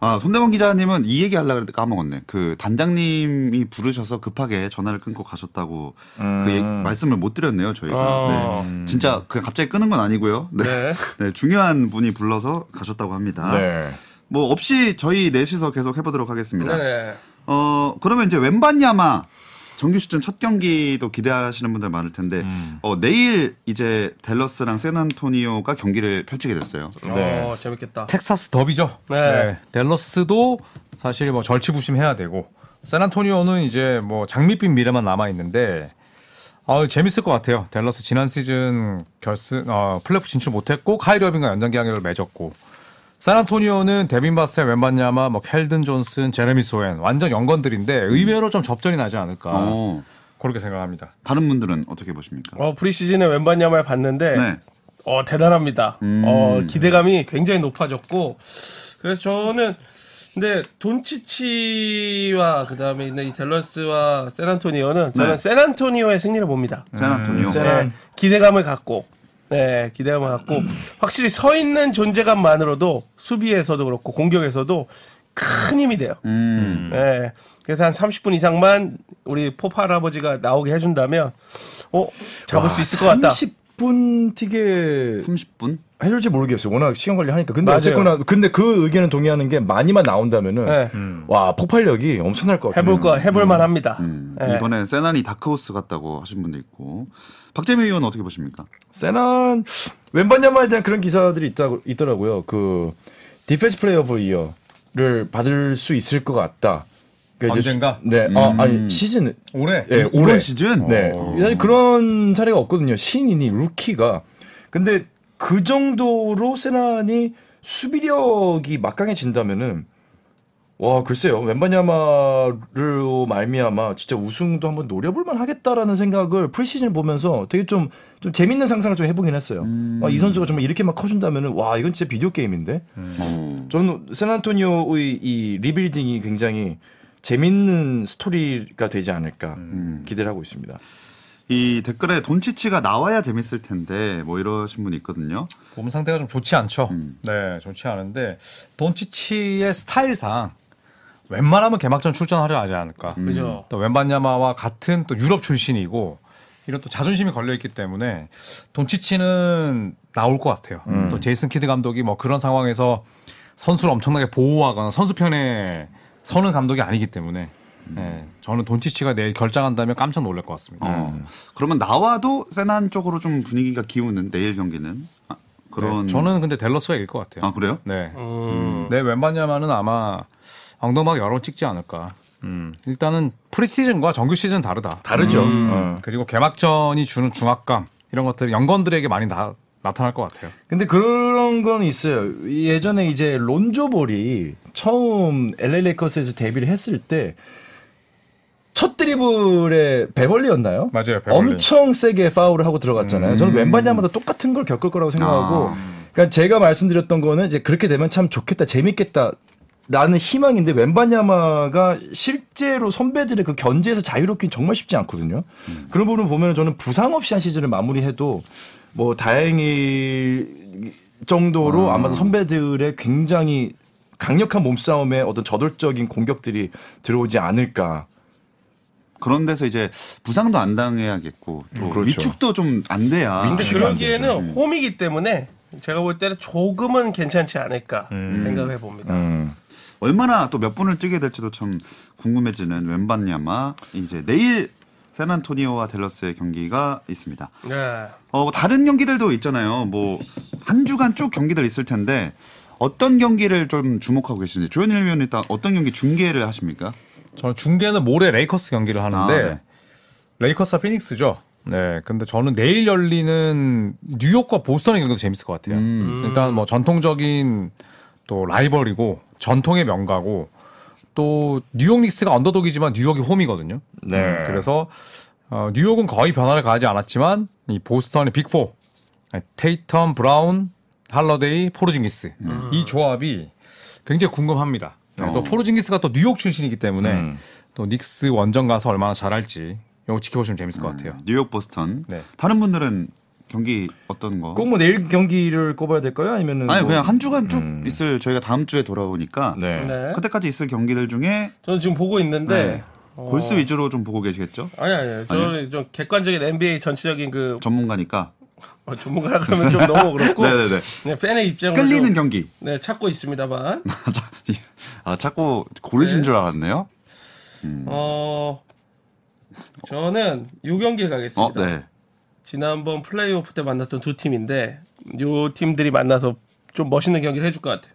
아, 손대범 기자님은 이 얘기 하려고 했는데 까먹었네. 그 단장님이 부르셔서 급하게 전화를 끊고 가셨다고 그 얘- 말씀을 못 드렸네요, 저희가. 음. 아. 네. 진짜 그냥 갑자기 끊은 건 아니고요. 네. 네. 네, 중요한 분이 불러서 가셨다고 합니다. 네. 뭐, 없이 저희 넷이서 계속 해보도록 하겠습니다. 네. 어, 그러면 이제 웬반야마 정규 시즌 첫 경기도 기대하시는 분들 많을 텐데 어, 내일 이제 댈러스랑 샌안토니오가 경기를 펼치게 됐어요. 어, 재밌겠다. 텍사스 더비죠. 네. 델러스도 사실 뭐 절치부심해야 되고 샌안토니오는 이제 뭐 장밋빛 미래만 남아 있는데 아 재밌을 것 같아요. 델러스 지난 시즌 결승 어, 플레이오프 진출 못했고 카이리 어빙과 연장 계약을 맺었고 샌안토니오는 데빈 바스, 웬반야마, 뭐 켈든 존슨, 제레미 소엔 완전 연건들인데 의외로 좀 접전이 나지 않을까 어, 그렇게 생각합니다. 다른 분들은 어떻게 보십니까? 어, 프리시즌에 웬반야말 봤는데, 네. 음. 어, 대단합니다. 어, 기대감이 굉장히 높아졌고, 그래서 저는, 근데 돈치치와 그 다음에 있는 이 댈러스와 샌안토니오는 저는 네. 샌안토니오의 승리를 봅니다. 음. 샌안토니오. 네, 기대감을 갖고 네 기대감을 갖고 확실히 서 있는 존재감만으로도 수비에서도 그렇고 공격에서도 큰 힘이 돼요. 음. 네, 그래서 한 30분 이상만 우리 포파 할아버지가 나오게 해준다면 어 잡을 수 있을 것 같다. 30분 튀게 30분? 해줄지 모르겠어요. 워낙 시간 관리 하니까. 근데 맞아요. 어쨌거나 근데 그 의견은 동의하는 게 많이만 나온다면은 네, 와 폭발력이 엄청날 것 같아요. 해볼 거 해볼 만합니다. 음. 네. 이번엔 세난이 다크호스 같다고 하신 분도 있고 박재민 의원 어떻게 보십니까? 세난 웬반야마에 대한 그런 기사들이 있다 있더라고요. 그 디펜스 플레이어 오브 이어를 받을 수 있을 것 같다. 그러니까 이제 언젠가? 수- 네, 음. 아, 아니 시즌 올해 예, 이번 올해 시즌? 네, 어. 사실 그런 사례가 없거든요. 신인이 루키가 근데 그 정도로 세난이 수비력이 막강해진다면은 와 글쎄요 웬바냐마로 말미암아 진짜 우승도 한번 노려볼만 하겠다라는 생각을 프리시즌 보면서 되게 좀 좀 재밌는 상상을 좀 해보긴 했어요. 음. 아, 이 선수가 정말 이렇게 막 커준다면은 와 이건 진짜 비디오 게임인데 어. 저는 샌안토니오의 이 리빌딩이 굉장히 재밌는 스토리가 되지 않을까 기대를 하고 있습니다. 이 댓글에 돈치치가 나와야 재밌을 텐데 뭐 이러신 분이 있거든요. 몸 상태가 좀 좋지 않죠. 음. 네, 좋지 않은데 돈치치의 스타일상 웬만하면 개막전 출전하려 하지 않을까. 음. 그죠. 또 웬반야마와 같은 또 유럽 출신이고 이런 또 자존심이 걸려 있기 때문에 돈치치는 나올 것 같아요. 음. 또 제이슨 키드 감독이 뭐 그런 상황에서 선수를 엄청나게 보호하거나 선수 편에 서는 감독이 아니기 때문에 음. 네, 저는 돈치치가 내일 결장한다면 깜짝 놀랄 것 같습니다. 네. 어. 그러면 나와도 세난 쪽으로 좀 분위기가 기우는 내일 경기는 아, 그런 네, 저는 근데 댈러스가 이길 것 같아요. 아 그래요? 네. 음. 내 웬만하면은 아마 엉덩박 여러 번 찍지 않을까. 음. 일단은 프리시즌과 정규 시즌 다르다. 다르죠. 음. 어. 그리고 개막전이 주는 중압감 이런 것들이 연건들에게 많이 나, 나타날 것 같아요. 근데 그런 건 있어요. 예전에 이제 론조볼이 처음 LA 레이커스에서 데뷔를 했을 때 첫 드리블에 베벌리였나요? 맞아요, 베벌리. 엄청 세게 파울을 하고 들어갔잖아요. 저는 웬만하면 똑같은 걸 겪을 거라고 생각하고, 아. 그러니까 제가 말씀드렸던 거는 이제 그렇게 되면 참 좋겠다, 재밌겠다. 라는 희망인데 웬바냐마가 실제로 선배들의 그 견제에서 자유롭긴 정말 쉽지 않거든요. 그런 부분을 보면 저는 부상 없이 한 시즌을 마무리해도 뭐 다행일 정도로 아마도 선배들의 굉장히 강력한 몸싸움에 어떤 저돌적인 공격들이 들어오지 않을까. 그런 데서 이제 부상도 안 당해야겠고 또 그렇죠. 위축도 좀 안 돼야 근데 네. 그러기에는 홈이기 때문에 제가 볼 때는 조금은 괜찮지 않을까 음. 생각을 해봅니다. 얼마나 또 몇 분을 뛰게 될지도 참 궁금해지는 웬반야마 이제 내일 샌안토니오와 댈러스의 경기가 있습니다. 네. 어, 뭐 다른 경기들도 있잖아요. 뭐 한 주간 쭉 경기들 있을 텐데 어떤 경기를 좀 주목하고 계시는지 조현일 위원이 일단 어떤 경기 중계를 하십니까? 저는 중계는 모레 레이커스 경기를 하는데 아, 네. 레이커스와 피닉스죠. 네, 근데 저는 내일 열리는 뉴욕과 보스턴의 경기도 재밌을 것 같아요. 일단 뭐 전통적인 또 라이벌이고 전통의 명가고 또 뉴욕 닉스가 언더독이지만 뉴욕이 홈이거든요. 음, 그래서 어, 뉴욕은 거의 변화를 가하지 않았지만 이 보스턴의 빅4 테이텀, 브라운, 할러데이, 포르징기스 음. 이 조합이 굉장히 궁금합니다. 어. 또 포르징기스가 또 뉴욕 출신이기 때문에 음. 또 닉스 원정 가서 얼마나 잘할지 이거 지켜보시면 재밌을 음. 것 같아요. 뉴욕 보스턴. 네. 다른 분들은 경기 어떤 거? 꼭 뭐 내일 경기를 꼽아야 될까요? 아니면은 아니 뭐- 그냥 한 주간 쭉 있을 저희가 다음 주에 돌아오니까 네. 네. 그때까지 있을 경기들 중에 저는 지금 보고 있는데 네. 골수 위주로 좀 보고 계시겠죠? 아니 아니 저는 좀 객관적인 NBA 전체적인 그 전문가니까. 어, 전문가라 그러면 좀 너무 그렇고 네네네. 그냥 팬의 입장으로 끌리는 음. 좀, 경기. 네 찾고 있습니다만 아 자꾸 고르신 줄 알았네요. 어 저는 요 경기를 어, 가겠습니다. 네. 지난번 플레이오프 때 만났던 두 팀인데 요 팀들이 만나서 좀 멋있는 경기를 해줄 것 같아요.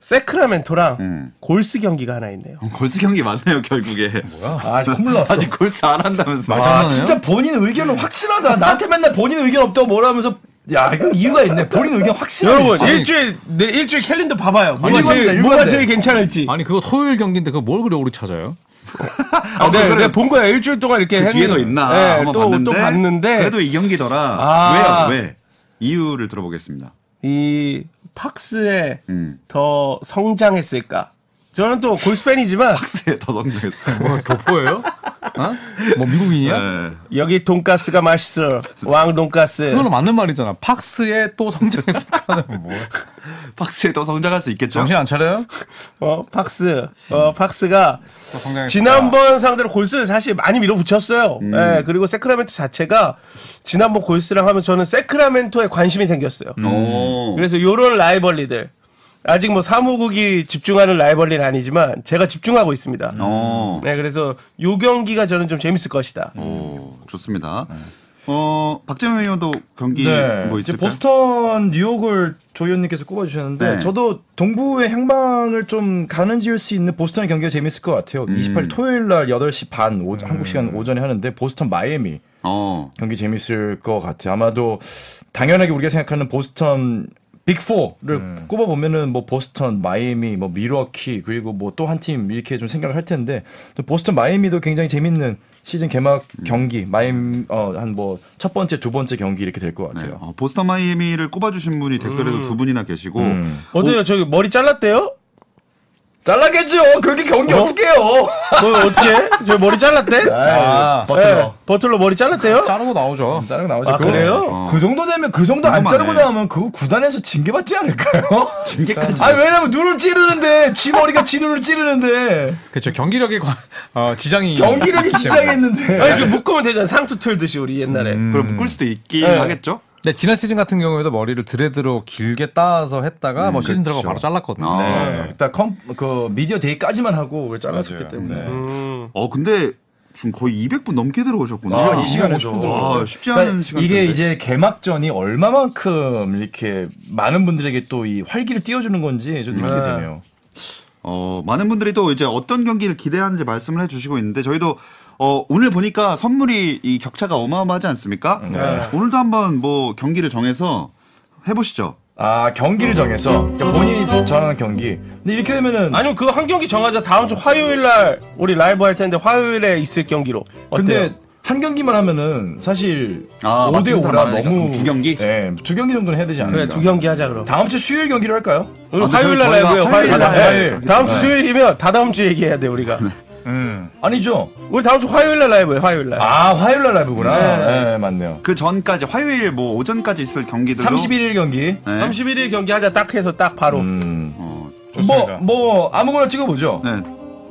세크라멘토랑 음. 골스 경기가 하나 있네요. 골수 경기 맞네요 결국에. 뭐야? 아 콧물 났어. 네. 아직 골수 안 한다면서. 맞아. 아, 괜찮아요? 진짜 본인 의견은 확실하다. 나한테 맨날 본인 의견 없다고 뭐라 하면서 야, 이거 이유가 있네. 본인 의견 확실하다. 여러분 진짜. 일주일 내 일주일 캘린더 봐봐요. 뭐가 일관돼, 제일 일관돼. 뭐가 제일 괜찮을지. 아니 그거 토요일 경기인데 그거 뭘 그래 오래 찾아요? 아, 내가, 내가 본 거야 일주일 동안 이렇게 그 했는데. 뒤에 너 있나 네, 한번 또, 봤는데, 또 봤는데 그래도 이 경기더라 아. 왜요 왜 이유를 들어보겠습니다 이 팍스에 음. 더 성장했을까? 저는 또 골스 팬이지만 박스에 더 성공했어요 뭐 교포예요? 어? 뭐 미국인이야? 네. 여기 돈가스가 맛있어 왕 돈가스 그거는 맞는 말이잖아. 팍스에 또 성장했을까는 뭐 박스에 더 성장할 수 있겠죠 정신 안 차려요? 어 팍스 어 팍스가 또 성장했을까? 지난번 상대로 골스를 사실 많이 밀어붙였어요. 음. 예, 그리고 세크라멘토 자체가 지난번 골스랑 하면 저는 세크라멘토에 관심이 생겼어요. 음. 오. 그래서 요런 라이벌리들 아직 뭐 사무국이 집중하는 라이벌리는 아니지만 제가 집중하고 있습니다. 어. 네, 그래서 요 경기가 저는 좀 재밌을 것이다. 오, 좋습니다 어 박재민 의원도 경기 네. 뭐 이제 있을까요 보스턴 뉴욕을 조 의원님께서 꼽아주셨는데 네. 저도 동부의 행방을 좀 가는지을 수 있는 보스턴의 경기가 재밌을 것 같아요. 28일 토요일 날 8시 반 오- 한국 시간 오전에 하는데 보스턴 마이애미 어 경기 재밌을 것 같아요. 아마도 당연하게 우리가 생각하는 보스턴 빅4를 꼽아보면은 뭐 보스턴, 마이애미, 뭐 미러키 그리고 뭐 또 한 팀 이렇게 좀 생각을 할 텐데 또 보스턴 마이애미도 굉장히 재밌는 시즌 개막 음. 경기 마이애미 어한 뭐 첫 번째 두 번째 경기 이렇게 될 것 같아요. 음. 어, 보스턴 마이애미를 꼽아주신 분이 댓글에도 두 분이나 계시고 어때요? 저기 머리 잘랐대요? 잘라겠죠. 그렇게 경기 어? 어? 떻게 해요? 뭐 어떻게? 해? 저 머리 잘랐대? 아, 버틀러. 예, 버틀러 머리 잘랐대요? 자르고 나오죠. 자르고 나오죠. 아, 그거. 그래요? 어. 그 정도 되면 그 정도 안 궁금하네. 자르고 나오면 그 구단에서 징계받지 않을까요? 징계까지. 아니 왜냐면 눈을 찌르는데 지 머리가 지 눈을 찌르는데 그렇죠. 경기력에 관- 어, 지장이 경기력이 지장했는데 아니, 이렇게 묶으면 되잖아. 상투 틀듯이 우리 옛날에. 그럼 음. 묶을 수도 있긴 네. 하겠죠. 네, 지난 시즌 같은 경우에도 머리를 드레드로 길게 따서 했다가 뭐 시즌 그렇죠. 들어가 바로 잘랐거든요. 아. 네. 일단 컴, 그 미디어 데이까지만 하고 우리 잘랐었기 때문에 음. 어 근데 지금 거의 200분 넘게 들어오셨구나. 아, 어, 이 시간에도 멋있다. 아, 쉽지 않은 그러니까 시간. 이게 이제 개막전이 얼마만큼 이렇게 많은 분들에게 또 이 활기를 띄워주는 건지 좀 느끼게 되네요. 어, 많은 분들이 또 이제 어떤 경기를 기대하는지 말씀을 해주시고 있는데 저희도 어, 오늘 보니까 선물이 이 격차가 어마어마하지 않습니까? 네. 오늘도 한번 뭐 경기를 정해서 해보시죠. 아 경기를 정해서 그러니까 본인이 정한 경기. 근데 이렇게 되면은 아니면 그거 한 경기 정하자. 다음 주 화요일 날 우리 라이브 할 텐데 화요일에 있을 경기로. 어때요? 근데 한 경기만 하면은 사실 아, 오 5대 맞춘 사람 5라 많으니까 너무 그럼 두 경기? 네, 그러니까 두 경기 정도는 해야 되지 않을까? 그래, 두 경기 하자, 그럼. 다음 주 수요일 경기로 할까요? 우리 아, 근데 화요일 날 저희 라이브요. 거의 화요일 다 날. 화요일. 네. 다음 주 네. 수요일이면 다 다음 주 얘기해야 돼, 우리가. 음. 아니죠. 우리 다음 주 화요일 날 라이브예요, 화요일 날. 아 화요일 날 라이브구나. 네, 맞네요. 그 전까지 화요일 뭐 오전까지 있을 경기들로 31일 경기. 네. 31일 경기 하자 딱 해서 딱 바로. 음. 어, 뭐 좋습니다. 뭐 아무거나 찍어보죠. 네.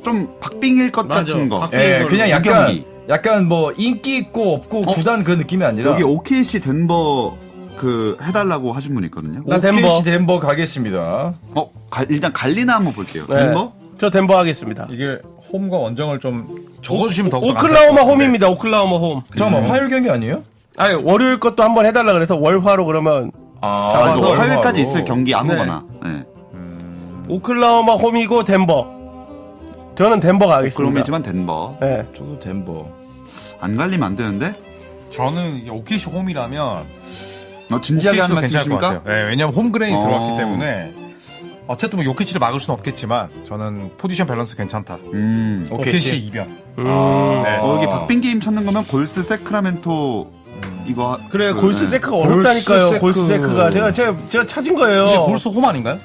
좀 박빙일 것 맞아. 같은 거. 네. 박- 예, 그걸로 그냥 두 약간 경기. 약간 뭐 인기 있고 없고 구단 그 느낌이 아니라 여기 OKC 덴버 그 해달라고 하신 분이 있거든요. 나 덴버. OKC 덴버 가겠습니다. 어, 갈- 일단 갈리나 한번 볼게요. 네. 덴버? 저 덴버 하겠습니다. 이게 홈과 원정을 좀 적어주시면 더욱 오클라호마 홈입니다. 오클라호마 홈. 잠깐만 화요일 경기 아니에요? 아니 월요일 것도 한번 해달라 그래서 월화로 그러면 아, 아, 이거 아, 화요일까지 있을 경기 아무거나. 네. 오클라호마 홈이고 덴버. 저는 덴버 가겠습니다. 오클라호마지만 덴버. 예. 저도 덴버. 안 갈리면 안 되는데? 네. 저는 이게 오키시 홈이라면 어, 진지하게 하는 오키시도 괜찮을 말씀이십니까? 것 같아요. 네, 왜냐하면 홈그레인이 어. 들어왔기 때문에 어쨌든 뭐 요키치를 막을 수는 없겠지만 저는 포지션 밸런스 괜찮다. 음. 오키시 오케이. 이변. 음. 네. 어, 여기 박빙 게임 찾는 거면 골스 세크라멘토 음. 이거 하- 그래 그, 골스 네. 세크가 어렵다니까요. 골스 골스 세크. 세크가 제가 제가 제가 찾은 이게 거예요. 골수 홈 아닌가요?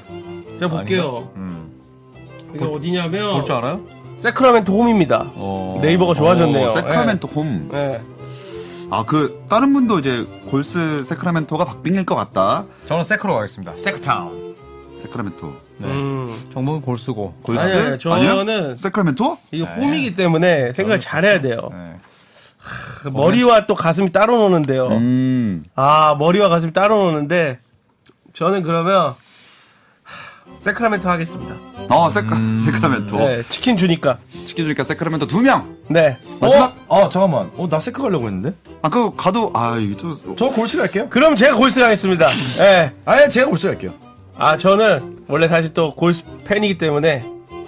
제가 볼게요. 음. 이거 어디냐면 볼 줄 알아요? 세크라멘토 홈입니다. 어. 네이버가 좋아졌네요. 어, 세크라멘토 홈. 예. 예. 아, 그 다른 분도 이제 골스 세크라멘토가 박빙일 것 같다. 저는 세크로 가겠습니다. 세크타운. 세크라멘토. 네. 음. 정보는 골수고. 골스? 아니, 아니, 아니요? 저는 세크라멘토? 이게 홈이기 때문에 생각을 잘해야 돼요. 네. 그 머리와 또 가슴이 따로 노는데요. 음. 아 머리와 가슴이 따로 노는데 저는 그러면 하, 세크라멘토 하겠습니다. 어, 세크, 음. 세크라멘토. 네, 치킨 주니까. 치킨 주니까 세크라멘토 두 명! 네. 마지막? 어? 아 잠깐만. 어 나 세크 가려고 했는데. 아, 그거 가도, 아, 이게 또. 저 골스 갈게요. 그럼 제가 골스 가겠습니다. 네. 아예 제가 골스 갈게요. 아 저는 원래 사실 또 골스 팬이기 때문에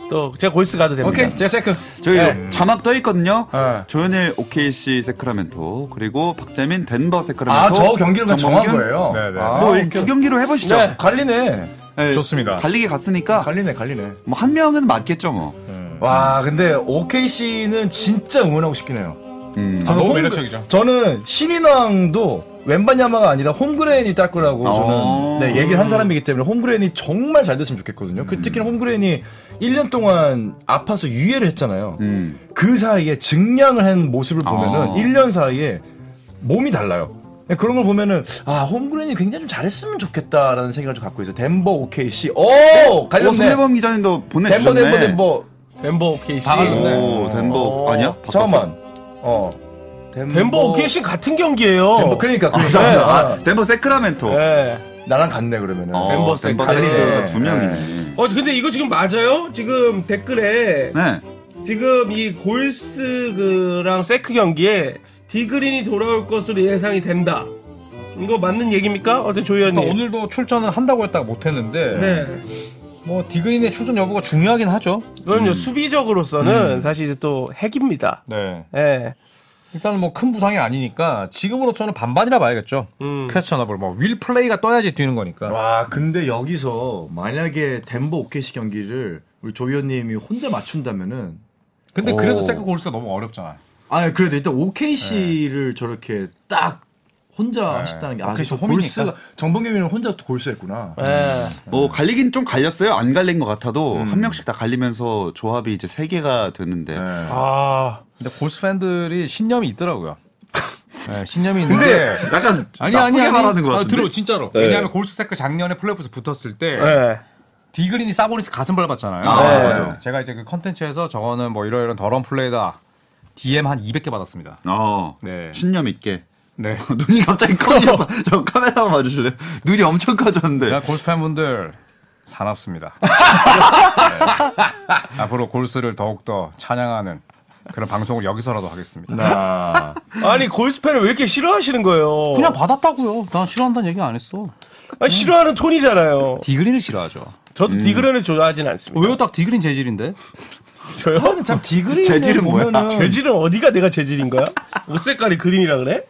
또 제가 골스 가도 됩니다. 오케이 제 세크. 저희 네. 자막 떠 있거든요. 네. 조현일 OKC 세크라멘토 그리고 박재민 덴버 아 세크라멘토. 저 경기를 그냥 정한 정범균. 거예요. 네네. 아, 뭐 두 경기로 해보시죠. 네. 갈리네. 네, 좋습니다. 달리기 갔으니까 갈리네 갈리네. 뭐 한 명은 맞겠죠 뭐. 와 근데 OKC는 진짜 응원하고 싶긴 해요. 음. 저는 너무 홈- 그- 매력적이죠. 저는 신인왕도 웬반야마가 아니라 홈그레인이 딸 거라고 어. 저는 네, 얘기를 한 사람이기 때문에 홈그레인이 정말 잘 됐으면 좋겠거든요. 음. 그 특히 홈그레인이 1년 동안 아파서 유예를 했잖아요. 음. 그 사이에 증량을 한 모습을 보면은 어. 1년 사이에 몸이 달라요. 네, 그런 걸 보면은 아 홈그레인이 굉장히 좀 잘했으면 좋겠다라는 생각을 좀 갖고 있어요. 덴버 OKC 오 오, 갈렸네. 어, 손대범 기자님도 덴버 보내주셨네. 덴버 덴버 덴버 오케이 씨. 다 갈렸네. 오, 덴버 어. 아니야? 잠깐만 어 덴버, 덴버 오케이 씨 같은 경기예요. 덴버 그러니까 바꿨어? 그래서 아, 아, 덴버 세크라멘토. 예. 나랑 갔네 그러면은. 어, 덴버 덴버 세크라멘토. 세크라멘토가 두 명이네. 어, 근데 이거 지금 맞아요? 지금 댓글에 네. 지금 이 골스 그랑 세크 경기에 디그린이 돌아올 것으로 예상이 된다. 이거 맞는 얘기입니까? 어때 그러니까 조현님? 오늘도 출전을 한다고 했다가 못했는데 네. 뭐 디그인의 출전 여부가 중요하긴 하죠. 음. 그럼요. 수비적으로서는 사실 이제 또 핵입니다. 네. 예. 일단은 뭐 큰 부상이 아니니까 지금으로 저는 반반이라 봐야겠죠. 음. 퀘스천업을 뭐윌 플레이가 떠야지 뛰는 거니까. 와 근데 여기서 만약에 덴버 오케시 경기를 우리 조 의원님이 혼자 맞춘다면은 아, 근데 그래도 오. 세크 골스가 너무 어렵잖아. 아 그래도 일단 오케시를 저렇게 딱 혼자 네. 쉽다는 게 아, 네. 아, 그렇죠. 그 홈이니까. 골스가 네. 정범규는 혼자 골스했구나. 음. 예. 뭐 갈리긴 좀 갈렸어요. 안 갈린 것 같아도 한 명씩 다 갈리면서 조합이 이제 세 개가 되는데 아. 근데 골스 팬들이 신념이 있더라고요. 네, 신념이 있는데 근데 약간 아니 나쁘게 아니 아니 말하는 것 아, 같은데. 네. 들어 진짜로. 왜냐하면 골스 세크 작년에 플레이오프에서 붙었을 때 예. 디그린이 사보니스 가슴 밟았잖아요. 아, 네. 맞아요. 제가 이제 그 컨텐츠에서 저거는 뭐 이런 이런 더러운 플레이다. DM 한 200개 받았습니다. 어. 네. 신념 있게. 네. 눈이 갑자기 커져서 저 카메라 봐주실래요? 눈이 엄청 커졌는데. 제가 골스 팬분들 사납습니다. 네. 앞으로 골스를 더욱더 찬양하는 그런 방송을 여기서라도 하겠습니다. 나 아니 골스팬을 왜 이렇게 싫어하시는 거예요? 그냥 음. 받았다고요. 난 싫어한다는 얘기 안 했어. 아니, 싫어하는 톤이잖아요. 디그린을 싫어하죠. 저도 디그런을 좋아하진 않습니다. 왜요? 딱 디그린 재질인데? 저요? 참 디그린 재질은 뭐야? 재질은 어디가 내가 재질인 거야? 옷 색깔이 그린이라 그래?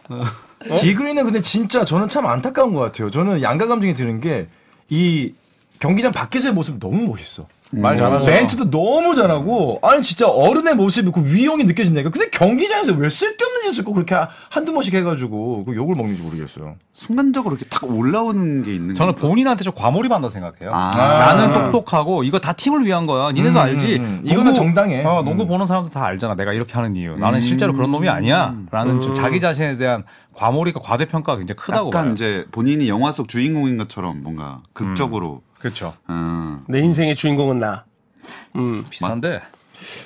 디그린은 근데 진짜 저는 참 안타까운 것 같아요. 저는 양가 감정이 드는 게 이 경기장 밖에서의 모습 너무 멋있어. 말 잘하죠. 멘트도 너무 잘하고 아니 진짜 어른의 모습이 그 위용이 느껴진다니까. 근데 경기장에서 왜 쓸데없는 짓을 꼭 그렇게 하- 한두 번씩 해가지고 그 욕을 먹는지 모르겠어요. 순간적으로 이렇게 탁 올라오는 게 있는 저는 건가? 본인한테 좀 과몰입한다 생각해요. 아. 나는 똑똑하고 이거 다 팀을 위한 거야. 니네도 알지. 음, 음. 이거는 정당해. 어, 농구 보는 사람도 다 알잖아. 내가 이렇게 하는 이유. 나는 실제로 그런 놈이 아니야.라는 좀 자기 자신에 대한 과몰입과 과대평가가 굉장히 크다고 약간 봐요. 이제 본인이 영화 속 주인공인 것처럼 뭔가 극적으로 그렇죠. 음. 내 인생의 주인공은 나. 비싼데.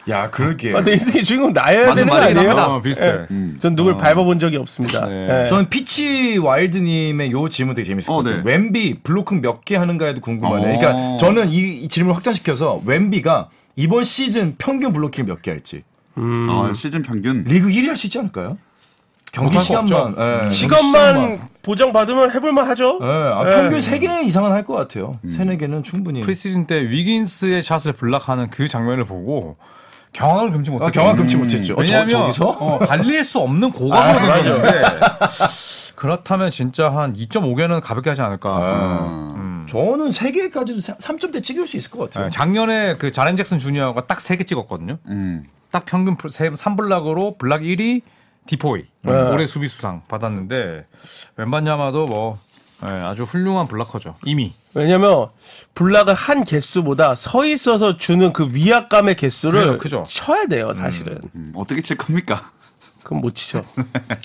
야 그러게. 아, 내 인생의 주인공 나여야 되는 거 맞는 아니에요? 말이긴 어, 비슷해. 예. 전 누굴 밟아본 적이 없습니다. 네. 예. 저는 피치 와일드님의 요 질문 되게 재밌을 것 어, 같아요. 네. 웸비 블록은 몇 개 하는가에도 궁금하네. 어. 그러니까 저는 이, 이 질문을 확장시켜서 웸비가 이번 시즌 평균 블록킹 몇 개 할지 음. 아, 시즌 평균 리그 1위 할 수 있지 않을까요? 경기 할수 음. 시간만 예, 네. 경기 시간만 보장 받으면 해볼만 하죠. 예, 아, 예. 평균 3개 이상은 할 것 같아요. 음. 세 3, 4개는 충분히. 프리시즌 때 위긴스의 샷을 블락하는 그 장면을 보고 경악을 금치 못했어요. 아, 경악 금치 음. 못했죠. 어, 저, 왜냐하면 저기서? 아, 어, 달릴 수 없는 고각으로 던졌는데 네. 그렇다면 진짜 한 2.5개는 가볍게 하지 않을까. 저는 3개까지도 3점대 찍을 수 있을 것 같아요. 네, 작년에 그 자렌 잭슨 주니어가 딱 3개 찍었거든요. 딱 평균 3블락으로 블락 1위 디포이 올해 수비수상 받았는데 웬반야마도 뭐 예, 아주 훌륭한 블락커죠. 이미 왜냐면 블락을 한 개수보다 서 있어서 주는 그 위압감의 개수를 그래요, 크죠. 쳐야 돼요, 사실은. 음, 어떻게 칠 겁니까? 그럼 못 치죠.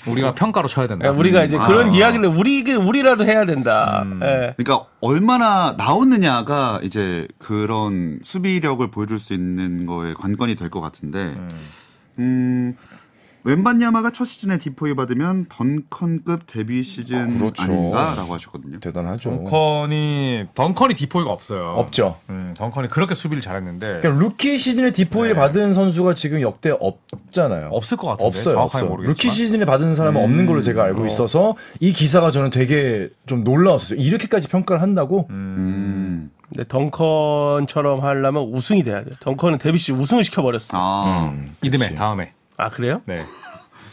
우리가 평가로 쳐야 예, 된다. 음. 우리가 이제 그런 아. 이야기를 우리 우리라도 해야 된다. 예. 그러니까 얼마나 나오느냐가 이제 그런 수비력을 보여줄 수 있는 거에 관건이 될 것 같은데 음, 웬반야마가 첫 시즌에 디포이 받으면 던컨급 데뷔 시즌 그렇죠. 아닌가라고 하셨거든요. 대단하죠. 덩컨이 덩컨이 디포이가 없어요. 없죠. 음, 덩컨이 그렇게 수비를 잘했는데 그러니까 루키 시즌에 디포이를 네. 받은 선수가 지금 역대 없잖아요. 없을 것 같은데 없어요. 정확하게 없어요. 모르겠지만 음. 루키 시즌에 받은 사람은 없는 걸로 제가 알고 있어서 이 기사가 저는 되게 좀 놀라웠어요. 이렇게까지 평가를 한다고? 음. 근데 덩컨처럼 하려면 우승이 돼야 돼요. 덩컨은 데뷔 시 우승을 시켜버렸어. 아, 아, 이듬해 다음에 그래요? 네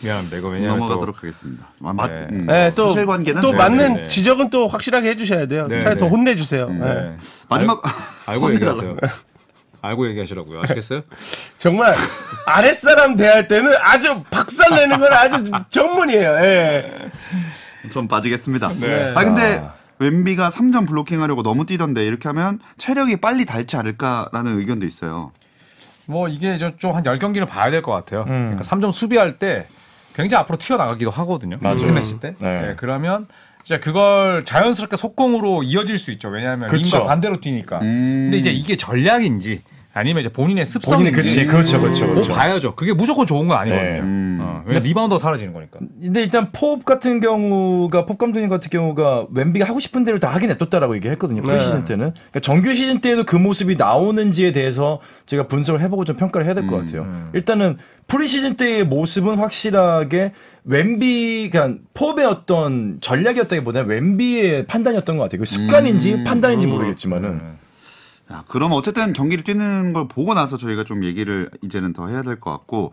미안합니다 이거 왜냐면 예, 넘어가도록 하겠습니다. 아, 맞, 네. 음, 네, 또, 사실관계는 또 제가- 맞는 네. 지적은 또 확실하게 해주셔야 돼요. 네, 차라리 더 네. 혼내주세요. 음, 네. 네. 마지막 알고 얘기하세요. 알고 얘기하시라고요. 아시겠어요? 정말 아랫사람 대할 때는 아주 박살내는 건 아주 전문이에요. 예. 좀 빠지겠습니다. 네. 아 근데 웬비가 3점 블로킹 하려고 너무 뛰던데 이렇게 하면 체력이 빨리 닳지 않을까라는 의견도 있어요. 뭐 이게 좀한 10경기를 봐야 될 것 같아요. 그러니까 3점 수비할 때 굉장히 앞으로 튀어나가기도 하거든요. 스매시 때. 네. 네, 그러면 이제 그걸 자연스럽게 속공으로 이어질 수 있죠. 왜냐하면 그쵸. 링과 반대로 뛰니까. 근데 이제 이게 전략인지 아니면 이제 음. 본인의 습성인지 본인의 그치, 그렇죠, 그렇죠, 그거 그렇죠. 봐야죠. 그게 무조건 좋은 건 아니거든요. 네. 음. 어, 왜냐 리바운더 사라지는 거니까. 근데 일단 포업 같은 경우가 포업 감독님 같은 경우가 웬비가 하고 싶은 대로 다 하긴 했었다라고 얘기했거든요. 프리 시즌 때는 그러니까 정규 시즌 때에도 그 모습이 나오는지에 대해서 제가 분석을 해보고 좀 평가를 해야 될 것 같아요. 일단은 프리 시즌 때의 모습은 확실하게 웬비 그러니까 포업의 어떤 전략이었다기보다는 웬비의 판단이었던 것 같아요. 그 습관인지 판단인지 모르겠지만은 자, 아, 그럼 어쨌든 경기를 뛰는 걸 보고 나서 저희가 좀 얘기를 이제는 더 해야 될 것 같고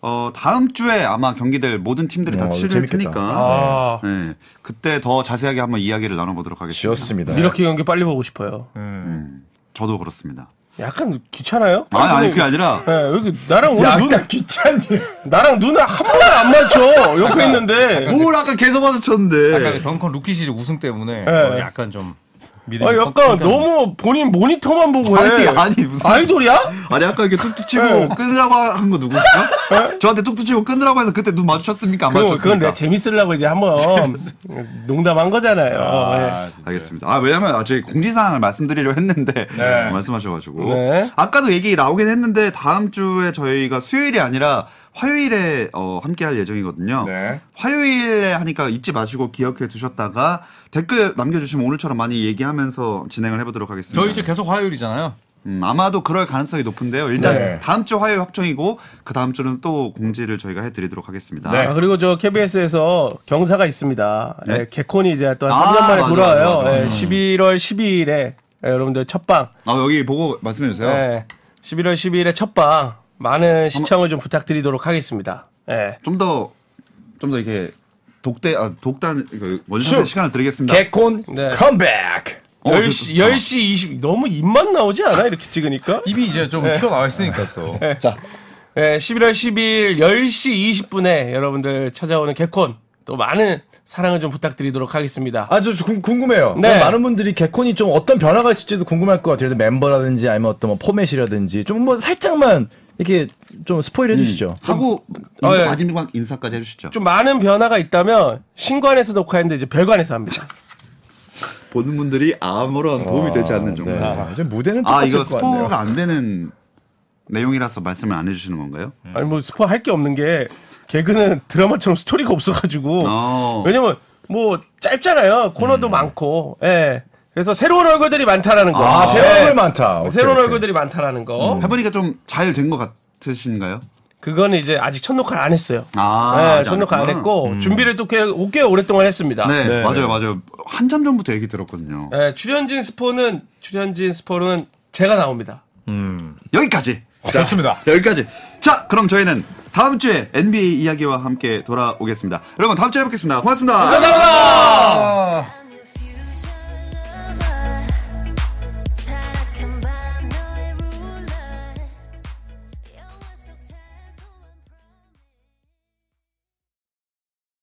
어, 다음 주에 아마 경기될 모든 팀들이 다 어, 치를 재밌겠다. 테니까 아, 네, 그때 더 자세하게 한번 이야기를 나눠보도록 하겠습니다. 지었습니다. 음. 이렇게 경기 빨리 보고 싶어요. 저도 그렇습니다. 약간 귀찮아요? 아니 아니 그게 아니라 예, 여기 나랑 오늘 눈 귀찮니? 나랑 눈을 한 번도 안 맞춰 옆에 있는데 뭘 아까 계속 약간 네. 그 마주쳤는데 덩컨 루키 시리 우승 때문에 예. 뭐 약간 좀 믿음이 아 약간 꺾이는 너무 본인 모니터만 보고 해그 아니, 아니, 무슨- 아이돌이야? 아니 아까 이렇게 뚝뚝 네. 치고 끊으라고 한 거 누구죠? 저한테 뚝뚝 치고 끊으라고 해서 그때 눈 마주쳤습니까? 안 그건, 그건 내가 마주쳤습니까? 재밌으려고 이제 한번 농담한 거잖아요. 예. 아, 진짜. 알겠습니다. 아 왜냐면 아, 저희 공지사항을 말씀드리려 했는데 말씀하셔가지고 네. 아까도 얘기 나오긴 했는데 다음 주에 저희가 수요일이 아니라 화요일에 어, 함께할 예정이거든요. 네. 화요일에 하니까 잊지 마시고 기억해 두셨다가 댓글 남겨주시면 오늘처럼 많이 얘기하면서 진행을 해보도록 하겠습니다. 저희 이제 계속 화요일이잖아요. 음, 아마도 그럴 가능성이 높은데요. 일단 네. 다음 주 화요일 확정이고 그 다음 주는 또 공지를 저희가 해드리도록 하겠습니다. 아, 그리고 저 KBS에서 경사가 있습니다. 네? 예, 개콘이 이제 또 아, 3년 만에 맞아, 돌아와요. 맞아, 음. 맞아. 예, 11월 12일에 예, 여러분들 첫방. 아 여기 보고 말씀해 주세요. 예, 11월 12일에 첫방 어. 많은 시청을 좀 부탁드리도록 하겠습니다. 예. 좀 더 좀 더 이렇게 독대 아, 독단 그 원샷의 슈! 시간을 드리겠습니다. 개콘 네. 컴백. 어, 10시, 저- 10시 20 너무 입만 나오지 않아? 이렇게 찍으니까? 입이 이제 좀 네. 튀어나와 있으니까 또. 예, 11월 12일 10시 20분에 여러분들 찾아오는 개콘 또 많은 사랑을 좀 부탁드리도록 하겠습니다. 아주 궁금해요. 네. 많은 분들이 개콘이 좀 어떤 변화가 있을지도 궁금할 것 같아요. 멤버라든지 아니면 어떤 뭐 포맷이라든지 좀 뭐 살짝만 이렇게 좀 스포일 해주시죠. 하고 어, 인사, 예. 마지막 인사까지 해주시죠. 좀 많은 변화가 있다면 신관에서 녹화했는데 이제 별관에서 합니다. 보는 분들이 아무런 도움이 되지 않는 정도. 네. 아, 이제 무대는 아 똑같을 이거 것 같네요. 스포가 안 되는 내용이라서 말씀을 안 해주시는 건가요? 음. 아니 뭐 스포 할 게 없는 게 개그는 드라마처럼 스토리가 없어가지고 어. 왜냐면 뭐 짧잖아요 코너도 음. 많고 예 그래서 새로운 얼굴들이 많다라는 거 아, 새로운 예. 얼굴 많다. 오케이, 새로운 오케이. 음. 얼굴들이 많다라는 거 해보니까 좀 잘 된 것 같으신가요? 그거는 이제 아직 첫 녹화를 안 했어요 아, 예, 아직 첫 안 녹화 안 했구나. 음. 했고 준비를 또 꽤, 꽤 오랫동안 했습니다 네, 맞아요, 맞아요. 한참 전부터 얘기 들었거든요. 예, 출연진 스포는 출연진 스포는 제가 나옵니다 여기까지. 좋습니다. 여기까지. 자, 그럼 저희는 다음 주에 NBA 이야기와 함께 돌아오겠습니다. 여러분, 다음 주에 뵙겠습니다. 고맙습니다. 감사합니다. 아.